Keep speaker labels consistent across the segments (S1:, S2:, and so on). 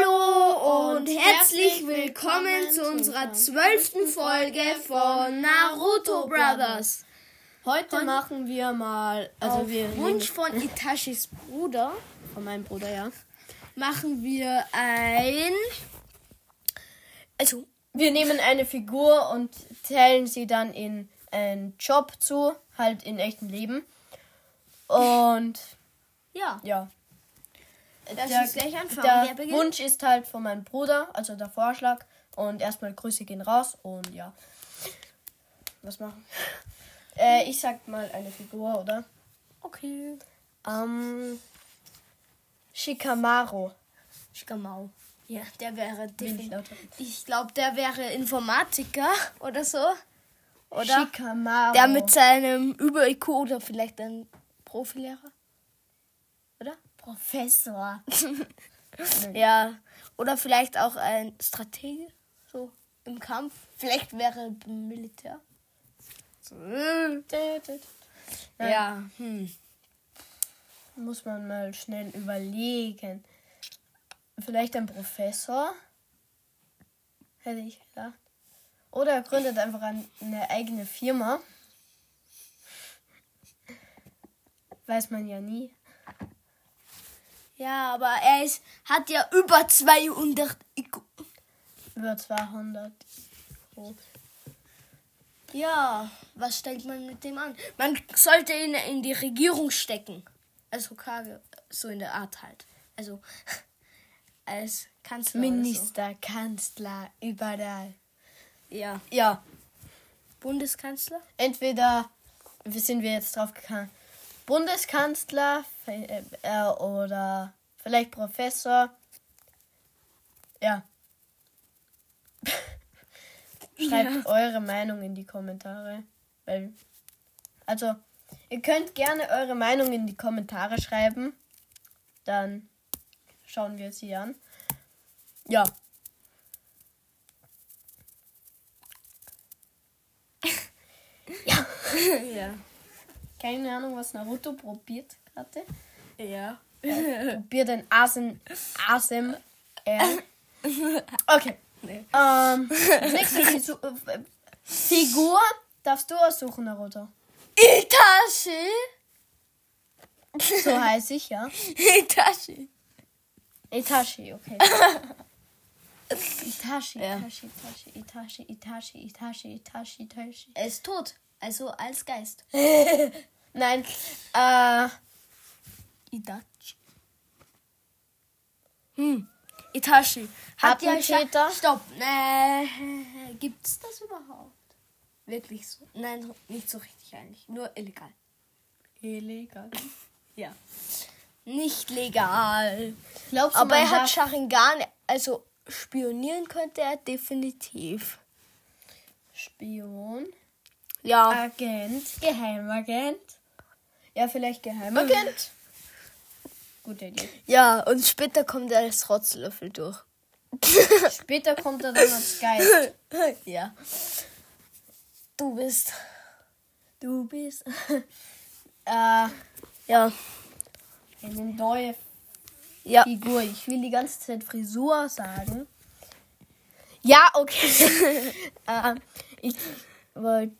S1: Hallo und herzlich willkommen zu unserer zwölften Folge von Naruto Brothers.
S2: Heute machen wir mal, also
S1: Auf
S2: wir
S1: Wunsch von Itachis Bruder
S2: von meinem Bruder, ja.
S1: machen wir ein. Also,
S2: Wir nehmen eine Figur und teilen sie dann in einen Job zu, halt in echtem Leben. Und
S1: ja.
S2: ja.
S1: Lass uns gleich anfangen. Wer
S2: Der
S1: beginnt?
S2: Wunsch ist halt von meinem Bruder, also der Vorschlag. Und erstmal Grüße gehen raus und ja. Was machen? Äh, ich sag mal eine Figur, oder?
S1: Okay.
S2: Ähm. Shikamaru.
S1: Schkamau. Ja, der wäre
S2: Wenig
S1: definitiv.
S2: lauter.
S1: Ich glaube, der wäre Informatiker oder so. Oder?
S2: Shikamaru.
S1: Der mit seinem Über-IQ oder vielleicht ein Profilehrer. Oder?
S2: Professor.
S1: Ja, oder vielleicht auch ein Stratege, so im Kampf. Vielleicht wäre er im Militär. Ja, hm.
S2: Muss man mal schnell überlegen. Vielleicht ein Professor? Hätte ich gedacht. Oder er gründet einfach ein- eine eigene Firma. Weiß man ja nie.
S1: ja aber er ist, hat ja über 200 IQ.
S2: Über 200. Euro.
S1: Ja, was stellt man mit dem an? Man sollte ihn in die Regierung stecken. Also Kage, so in der Art halt. Also als Kanzler. Oder
S2: Minister, Kanzler, überall.
S1: so. Ja.
S2: Ja,
S1: Bundeskanzler?
S2: entweder wie sind wir jetzt drauf gekommen? Bundeskanzler äh, äh, oder vielleicht Professor. Ja. Schreibt eure Meinung in die Kommentare. Weil, also, ihr könnt gerne eure Meinung in die Kommentare schreiben. Dann schauen wir sie an. Ja.
S1: ja.
S2: Keine Ahnung, was Naruto probiert hatte.
S1: Ja.
S2: Probier den Asen. Asem. R. Okay.
S1: Nee.
S2: Ähm, nächste Fisu- äh, Figur darfst du aussuchen, Naruto.
S1: Itachi?
S2: So heiß ich, ja.
S1: Itachi.
S2: Itachi, okay. Itachi,
S1: Ja.
S2: Itachi, Itachi, Itachi, Itachi, Itachi, Itachi, Itachi.
S1: Er ist tot. Also als Geist.
S2: Nein, äh,
S1: Itachi. Hm. Itachi. Hat ja
S2: Attentäter?
S1: Scha- Stopp. Nee. Gibt's das überhaupt? Wirklich so? Nein, so- nicht so richtig eigentlich. Nur illegal.
S2: illegal.
S1: Ja. Nicht legal.
S2: Glaubst du,
S1: Aber
S2: man
S1: er hat
S2: darf-
S1: Sharingan. Also spionieren könnte er definitiv.
S2: Spion,
S1: Ja.
S2: Agent, Geheimagent. Ja, vielleicht Geheimagent.
S1: Hm.
S2: Gute Idee.
S1: Ja, und später kommt er als Rotzlöffel durch.
S2: Später kommt er dann als Geist.
S1: ja. Du bist.
S2: Du bist. äh,
S1: Ja.
S2: eine neue
S1: Ja.
S2: Figur. Ich will die ganze Zeit Frisur sagen. Ja, okay. äh, ich wollte.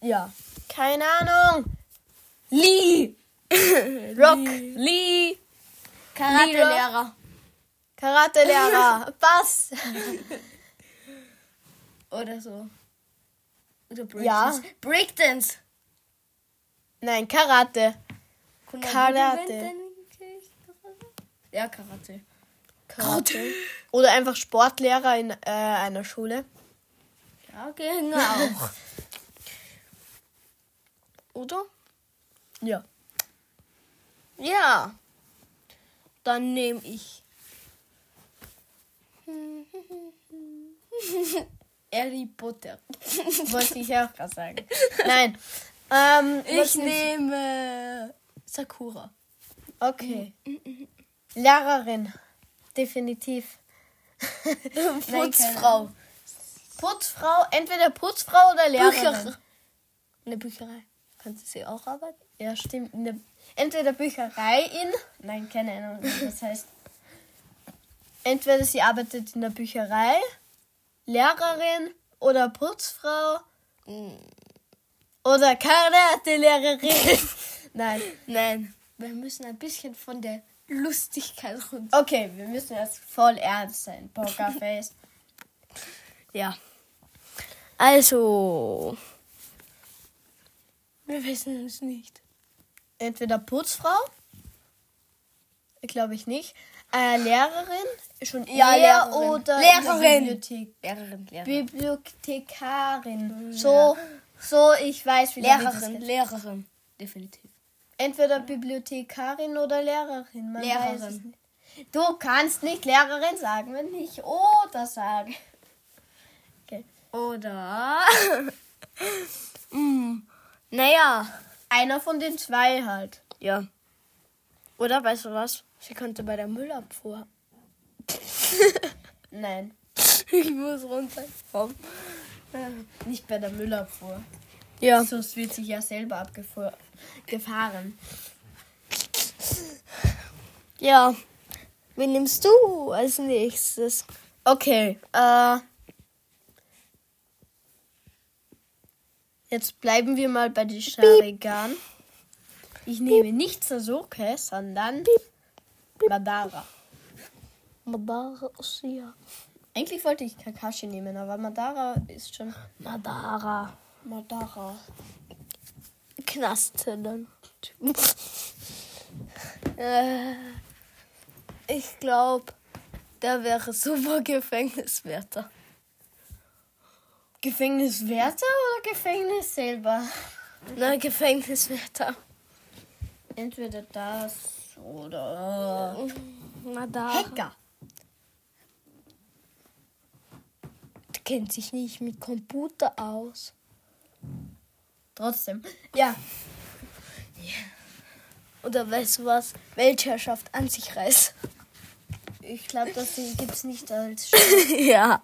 S2: Ja. Keine Ahnung. Lee! Rock Lee!
S1: Karatelehrer.
S2: Karatelehrer! Bass!
S1: Oder so. Oder
S2: Ja.
S1: Breakdance. Breakdance.
S2: Nein, Karate. Karate.
S1: Ja, Karate.
S2: Karate. Oder einfach Sportlehrer in äh, einer Schule.
S1: Ja, genau. Oder?
S2: Ja.
S1: Ja. Dann nehme ich. Harry Potter.
S2: Wollte ich auch gerade sagen. Nein. Ähm,
S1: Ich
S2: was nimmst
S1: nehme Sakura.
S2: Okay. Lehrerin. Definitiv.
S1: Putzfrau.
S2: Putzfrau, entweder Putzfrau oder Lehrerin.
S1: Bücher. Eine Bücherei. Kannst du sie auch arbeiten?
S2: Ja, stimmt. In der, entweder Bücherei in. Nein, keine Ahnung, was das heißt. entweder sie arbeitet in der Bücherei, Lehrerin oder Putzfrau oder Karate-Lehrerin. Nein.
S1: Nein, wir müssen ein bisschen von der Lustigkeit runter.
S2: Okay, wir müssen jetzt voll ernst sein, Pokerface.
S1: Ja. Also. Wir wissen es nicht.
S2: Entweder Putzfrau, glaube ich nicht, äh, Lehrerin, schon
S1: Ja,
S2: eher
S1: Lehrerin.
S2: oder
S1: Lehrerin.
S2: Bibliothek
S1: Lehrerin, Lehrerin.
S2: Bibliothekarin. So, so, ich weiß, wie lange das
S1: Lehrerin,
S2: geht.
S1: Lehrerin. Definitiv.
S2: Entweder Bibliothekarin oder Lehrerin. Man Lehrerin. Weiß es
S1: Lehrerin.
S2: nicht. Du kannst nicht Lehrerin sagen, wenn ich oder sage. Okay.
S1: Oder. mm, naja.
S2: Einer von den zwei halt.
S1: Ja. Oder weißt du was? Sie könnte bei der Müllabfuhr.
S2: Nein,
S1: ich muss runterkommen.
S2: nicht bei der Müllabfuhr.
S1: Ja.
S2: Sonst wird sich ja selber abgefahren.
S1: Ja. Wen nimmst du als nächstes?
S2: Okay, äh. Jetzt bleiben wir mal bei den Scharigan. Ich nehme nicht Sasuke, sondern Madara.
S1: Madara Usia.
S2: Eigentlich wollte ich Kakashi nehmen, aber Madara ist schon.
S1: Madara.
S2: Madara.
S1: Knast dann. äh, ich glaube, der wäre super Gefängniswärter.
S2: Gefängniswärter oder Gefängnis selber?
S1: Na, Gefängniswärter.
S2: Entweder das oder.
S1: Madara.
S2: Hacker.
S1: Der kennt sich nicht mit Computer aus.
S2: Trotzdem. Ja,
S1: Oder weißt du was? Weltherrschaft an sich reißt.
S2: ich glaube, das gibt es nicht als.
S1: ja.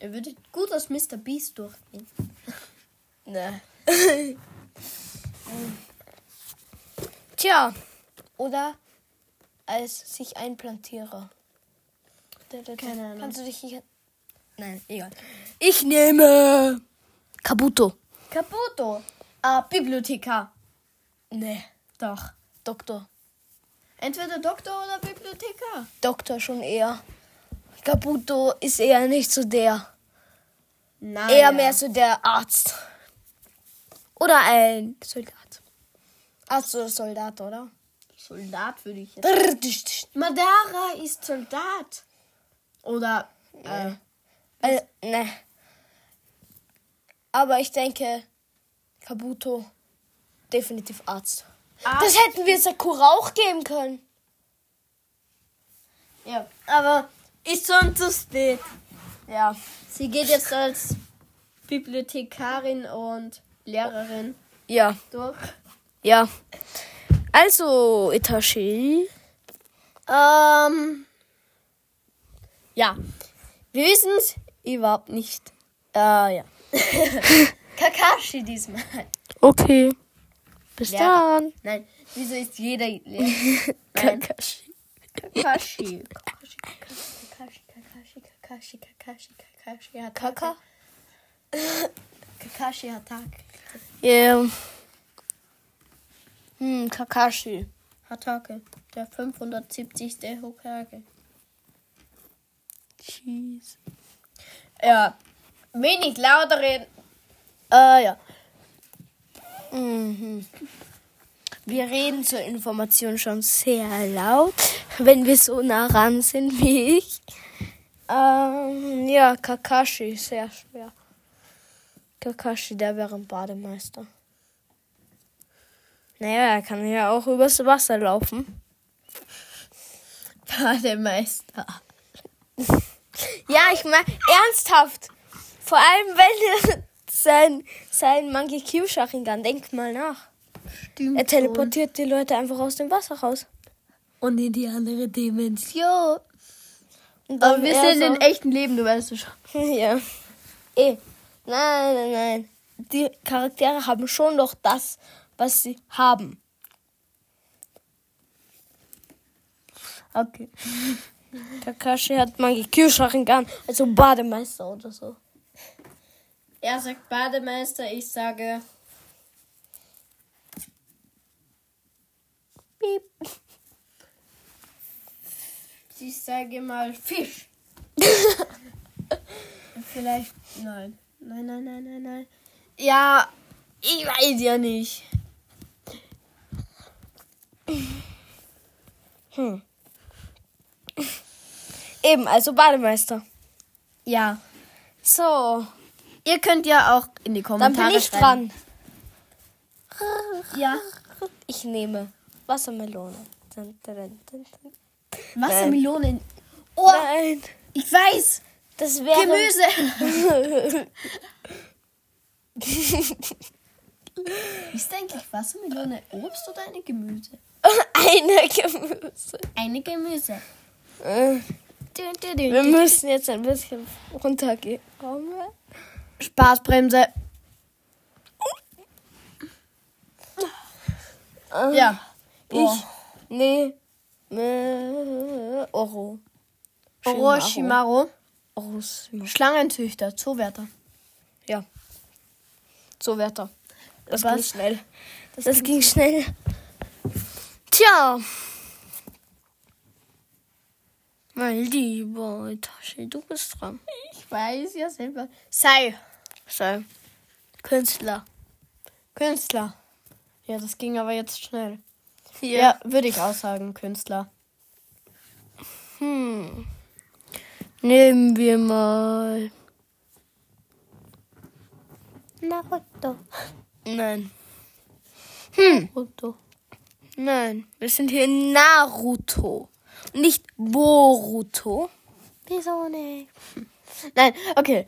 S2: Er würde gut als Mr. Beast durchgehen.
S1: Ne. Tja. Oder als sich Einplantierer.
S2: Keine Ahnung.
S1: Kannst du dich nicht... Nein, egal. Ich nehme Kabuto.
S2: Kabuto. Ah, Bibliothekar.
S1: Ne,
S2: Doch.
S1: Doktor.
S2: Entweder Doktor oder Bibliothekar.
S1: Doktor schon eher. Kabuto ist eher nicht so der.
S2: Nein.
S1: eher mehr so der Arzt. Oder ein Soldat. Arzt oder Soldat, oder?
S2: Soldat würde ich jetzt. Madara ist Soldat. Oder. Äh,
S1: Also, ne. Aber ich denke, Kabuto, definitiv Arzt. Das
S2: Arzt.
S1: hätten wir Sakura auch geben können.
S2: Ja. Aber ist schon zu spät.
S1: Ja.
S2: Sie geht jetzt als Bibliothekarin und Lehrerin
S1: Ja,
S2: durch.
S1: ja. Also, Itachi.
S2: Ähm. Ja. Wir wissen es überhaupt nicht. Äh, ja. Kakashi diesmal.
S1: Okay. Bis
S2: Lehrer.
S1: dann.
S2: Nein, wieso ist jeder Lehrer? Nein.
S1: Kakashi.
S2: Kakashi. Kakashi, Kakashi, Kakashi, Kakashi, Kakashi, Kakashi, Hatake.
S1: Kaka?
S2: Kakashi Hatake.
S1: Ja. Hm, Kakashi.
S2: Hatake, der 570. Hokage.
S1: Cheese.
S2: Ja, wenig lauter reden. Äh, ja.
S1: Mhm. Wir reden zur Information schon sehr laut, wenn wir so nah ran sind wie ich. Ähm, ja, Kakashi, sehr schwer. Kakashi, der wäre ein Bademeister. Naja, er kann ja auch übers Wasser laufen.
S2: Bademeister.
S1: Ja, ich meine, ernsthaft. Vor allem, wenn er sein, sein Monkey Q Sharingan, denkt mal nach.
S2: Stimmt.
S1: Er teleportiert die Leute einfach aus dem Wasser raus.
S2: Und in die andere Dimension.
S1: Und dann
S2: Aber wir
S1: er
S2: sind
S1: so-
S2: in echten Leben, du weißt es schon.
S1: Ja. Eh. Nein, nein, nein. Die Charaktere haben schon noch das, was sie haben. Okay. Kakashi hat mal Kyosharingan, also Bademeister oder so.
S2: Er sagt Bademeister, ich sage.
S1: Piep.
S2: Ich sage mal Fisch. Vielleicht. Nein. Nein, nein, nein, nein, nein. Ja, ich weiß ja nicht.
S1: Eben, also Bademeister.
S2: Ja.
S1: So,
S2: Ihr könnt ja auch in die
S1: dann
S2: Kommentare
S1: bin ich
S2: schreiben.
S1: dran.
S2: Ja.
S1: Ich nehme Wassermelone. Dun, dun, dun, dun.
S2: Wassermelonen. Oh,
S1: Nein,
S2: ich weiß.
S1: das wäre...
S2: Gemüse. Ist eigentlich Wassermelone Obst oder eine Gemüse?
S1: Eine Gemüse.
S2: Eine Gemüse.
S1: Äh,
S2: Dün,
S1: Wir müssen jetzt ein bisschen runtergehen. Komm.
S2: Spaßbremse. Ja.
S1: Ich. Nee. Äh, Oro.
S2: Orochimaru.
S1: Orochimaru.
S2: Schlangenzüchter, Zoowärter.
S1: Ja. So, Wärter. Das
S2: Was?
S1: ging schnell. Das, ging schnell. Tja. Mein lieber Tasche, du bist dran.
S2: Ich weiß ja selber. Sei.
S1: Sei. Künstler.
S2: Künstler. Ja, das ging aber jetzt schnell.
S1: Ja.
S2: Ja, würde ich auch sagen, Künstler.
S1: Hm. Nehmen wir mal.
S2: Naruto.
S1: Nein.
S2: Naruto.
S1: Nein. Wir sind hier in Naruto. Nicht Boruto.
S2: Wieso nicht? Nein, okay.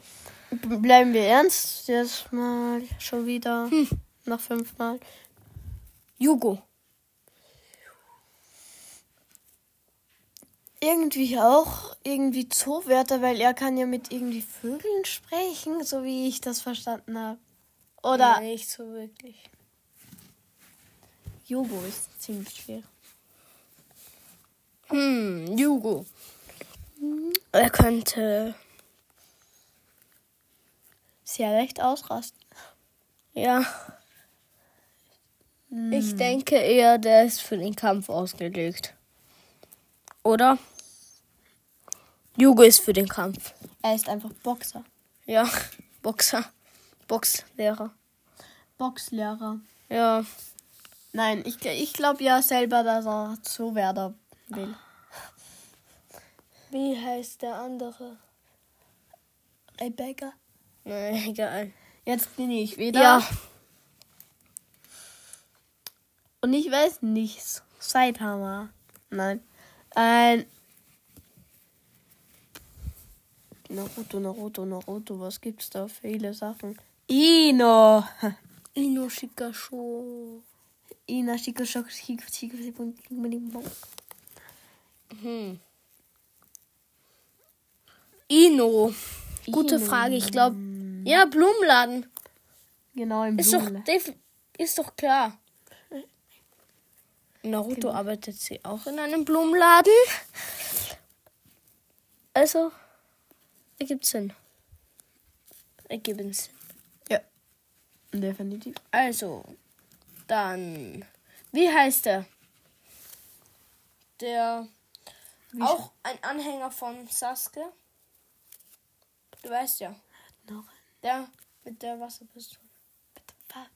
S2: B bleiben wir ernst. Jetzt mal schon wieder. Nach fünfmal.
S1: Jugo.
S2: Irgendwie auch. Irgendwie Zoowärter, weil er kann ja mit irgendwie Vögeln sprechen, so wie ich das verstanden habe. Oder
S1: Nicht so wirklich.
S2: Jogo ist ziemlich schwer.
S1: Hm, Jugo. Er könnte.
S2: Sehr leicht ausrasten.
S1: Ja. Ich denke eher, der ist für den Kampf ausgelegt. Oder? Jugo ist für den Kampf.
S2: Er ist einfach Boxer.
S1: Ja, Boxer. Boxlehrer.
S2: Boxlehrer.
S1: Ja.
S2: Nein, ich, ich glaube ja selber, dass er Zoowärter will.
S1: Wie heißt der andere?
S2: Rebecca.
S1: Nee, egal.
S2: Jetzt bin ich wieder.
S1: Ja.
S2: Und ich weiß nichts. Saitama. Nein. Ein. Naruto, Naruto, Naruto, was gibt's da? Viele Sachen. Ino!
S1: Inoshikasho.
S2: Ina, Shiko, Shoko, Shiko, Shiko, Shiko, Shiko, Shiko.
S1: Hm. Ino. Gute
S2: Ino.
S1: Frage, ich glaube. Ja, Blumenladen.
S2: Genau, im
S1: Ist doch,
S2: Blumen.
S1: def- ist doch klar. Naruto arbeitet sie auch in einem Blumenladen. Also, ergibt Sinn. Ergibt Sinn.
S2: Ja. Definitiv.
S1: Also, dann, wie heißt der? Der auch ein Anhänger von Sasuke. Du weißt ja,
S2: Noch
S1: der mit der Wasserpistole.
S2: ein.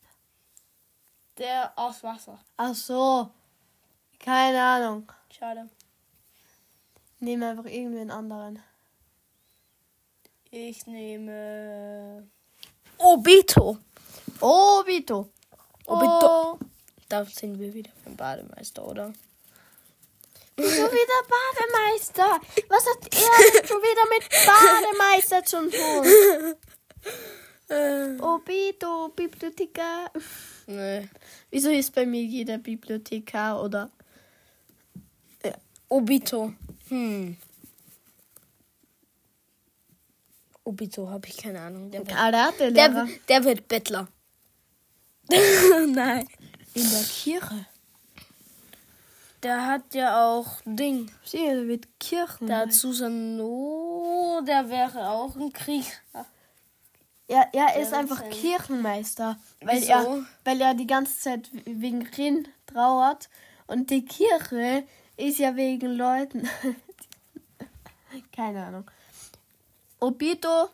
S1: Der aus Wasser.
S2: Ach so. Keine Ahnung.
S1: Schade.
S2: Nehmen einfach irgendwen anderen.
S1: Ich nehme Obito.
S2: Obito. Oh,
S1: Obito. Da sind wir wieder beim Bademeister, oder?
S2: Schon wieder Bademeister. Was hat er denn schon wieder mit Bademeister zu tun? Oh, Obito, Bibliothekar.
S1: Nee.
S2: Wieso ist bei mir jeder Bibliothekar oder
S1: Obito. Hm. Obito, habe ich keine Ahnung. Der wird, der,
S2: Karatelehrer?
S1: wi- der wird Bettler. Nein.
S2: In der Kirche.
S1: Der hat ja auch Ding.
S2: Sieh, da wird Kirchen.
S1: Da hat Susano, der wäre auch ein Krieg.
S2: Ja, er ist
S1: Ja,
S2: einfach
S1: Sinn.
S2: Kirchenmeister, weil
S1: Wieso?
S2: er, weil er die ganze Zeit wegen Rin trauert und die Kirche ist ja wegen Leuten. Keine Ahnung. Obito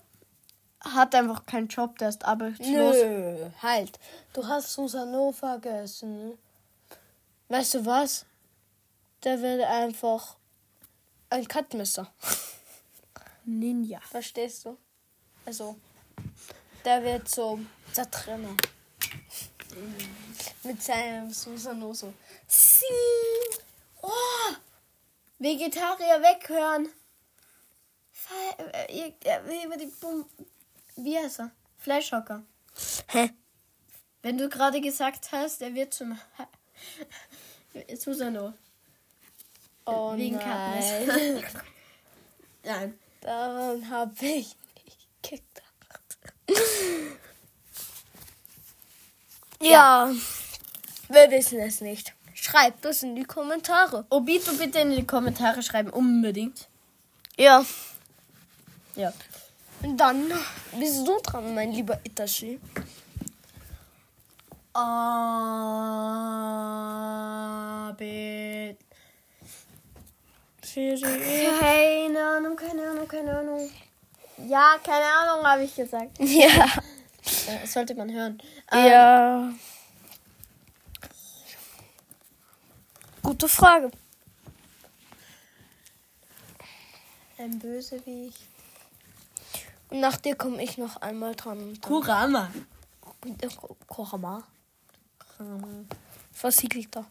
S2: hat einfach keinen Job, der ist arbeitslos.
S3: Nö, halt. Du hast Susano vergessen. Weißt du was? Der will einfach ein Cutmesser.
S2: Ninja.
S3: Verstehst du? Also, der wird so Zertrenner. Mit seinem Susano so. Sie! Oh! Vegetarier weghören!
S2: Fe- äh, ihr- äh, wie über die Bum Wie heißt er? Fleischhocker.
S1: Hä?
S2: Wenn du gerade gesagt hast, er wird zum Susano.
S3: Oh
S2: Wegen
S3: nein.
S2: Karten. Nein.
S3: Daran habe ich nicht gedacht.
S1: Ja. Wir wissen es nicht. Schreibt es in die Kommentare.
S2: Obito bitte in die Kommentare schreiben, unbedingt.
S1: Ja.
S2: Ja.
S1: Und dann bist du dran, mein lieber Itachi.
S2: Abit. Keine Ahnung, keine Ahnung, keine Ahnung. Ja, keine Ahnung, habe ich gesagt.
S1: Ja.
S2: Äh, sollte man hören. Ähm,
S1: Ja. Gute Frage.
S2: Ein Bösewicht.
S1: Und nach dir komme ich noch einmal dran. Und dann-
S2: Kurama.
S1: Und der Ko- Kurama. Versiegelter.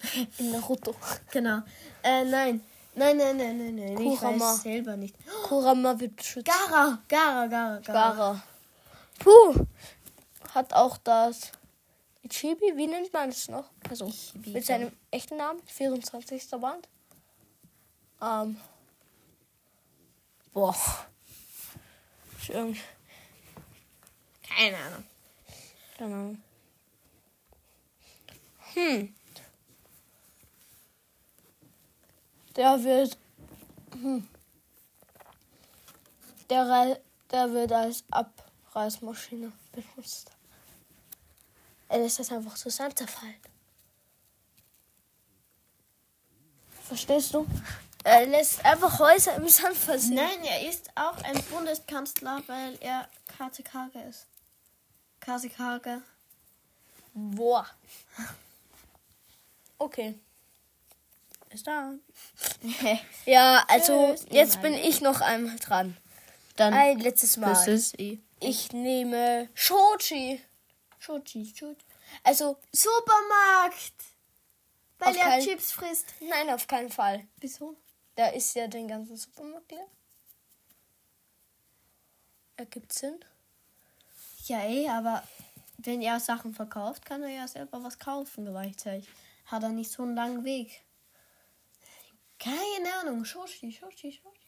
S1: In Naruto.
S2: Genau. Äh, nein. Nein, nein, nein, nein, nein. Ich
S1: Kurama.
S2: weiß selber nicht.
S1: Kurama wird beschützt.
S2: Gara, Gara, Gara, Gara.
S1: Gara. Puh. Hat auch das. Ichibi, wie nennt man es noch? Also mit seinem echten Namen, 24. Band. Ähm. Boah. Ist irgendwie-
S2: Keine Ahnung.
S1: Keine Ahnung. Genau. Hm. Der wird. Hm. Der, Rei- der wird als Abreißmaschine benutzt. Er lässt das einfach zusammenzerfallen. Verstehst du? Er lässt einfach Häuser im Sand versinken.
S2: Nein, er ist auch ein Bundeskanzler, weil er Kasekage ist. Kasekage.
S1: Boah. Okay. Ist da. Ja, also
S2: Tschüss,
S1: jetzt bin
S2: Mann.
S1: ich noch einmal dran.
S2: Dann
S1: Ein letztes
S2: Das
S1: Mal.
S2: ist eh.
S1: Ich nehme Shoji.
S2: Schochi, Schochi.
S1: Also,
S2: Supermarkt! Weil
S1: Auf
S2: er
S1: keinen-
S2: Chips frisst.
S1: nein, auf keinen Fall.
S2: Wieso?
S1: Da ist ja den ganzen Supermarkt leer. Ergibt Sinn.
S2: Ja, eh, aber wenn er Sachen verkauft, kann er ja selber was kaufen gleichzeitig. Hat er nicht so einen langen Weg. Keine Ahnung. Schochi, Schochi, Schochi.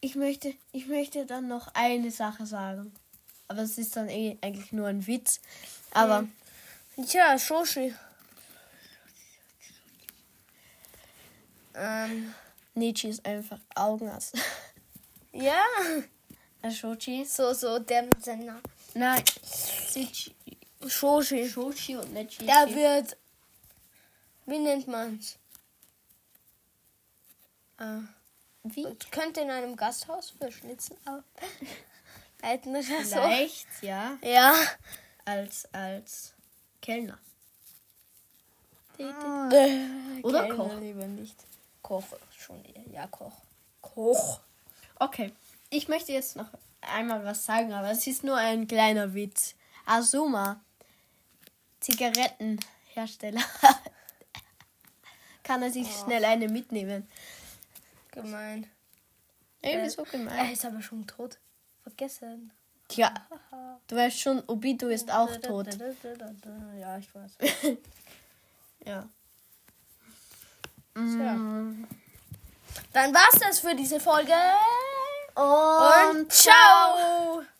S2: Ich möchte, ich möchte dann noch eine Sache sagen. Aber es ist dann eh eigentlich nur ein Witz. Aber
S1: Ja, Shoji. Ähm,
S2: Nietzsche ist einfach Augenarzt.
S1: ja.
S2: Schochi?
S1: So, so, der mit seinem Namen.
S2: Nein.
S1: Shoji.
S2: Schochi und Nietzsche.
S1: Da wird. Wie nennt man's? Ah.
S2: Wie?
S1: Und könnte in einem Gasthaus für Schnitzel arbeiten oder so.
S2: Vielleicht, ja.
S1: Ja.
S2: Als, als Kellner.
S1: Ah. Oder
S2: Kellner
S1: Koch. Lieber nicht. Äh, Koch schon eher. Ja, Koch. Koch.
S2: Okay. Ich möchte jetzt noch einmal was sagen, aber es ist nur ein kleiner Witz. Azuma, Zigarettenhersteller. Kann er sich schnell eine mitnehmen? Äh,
S1: Gemein.
S2: Irgendwie so
S1: Er
S2: gemein.
S1: ist aber schon tot. Vergessen.
S2: Tja, du weißt schon, Obito ist auch tot.
S1: Ja, ich weiß.
S2: Ja. Mm.
S1: Dann war's das für diese Folge.
S2: Und
S1: ciao.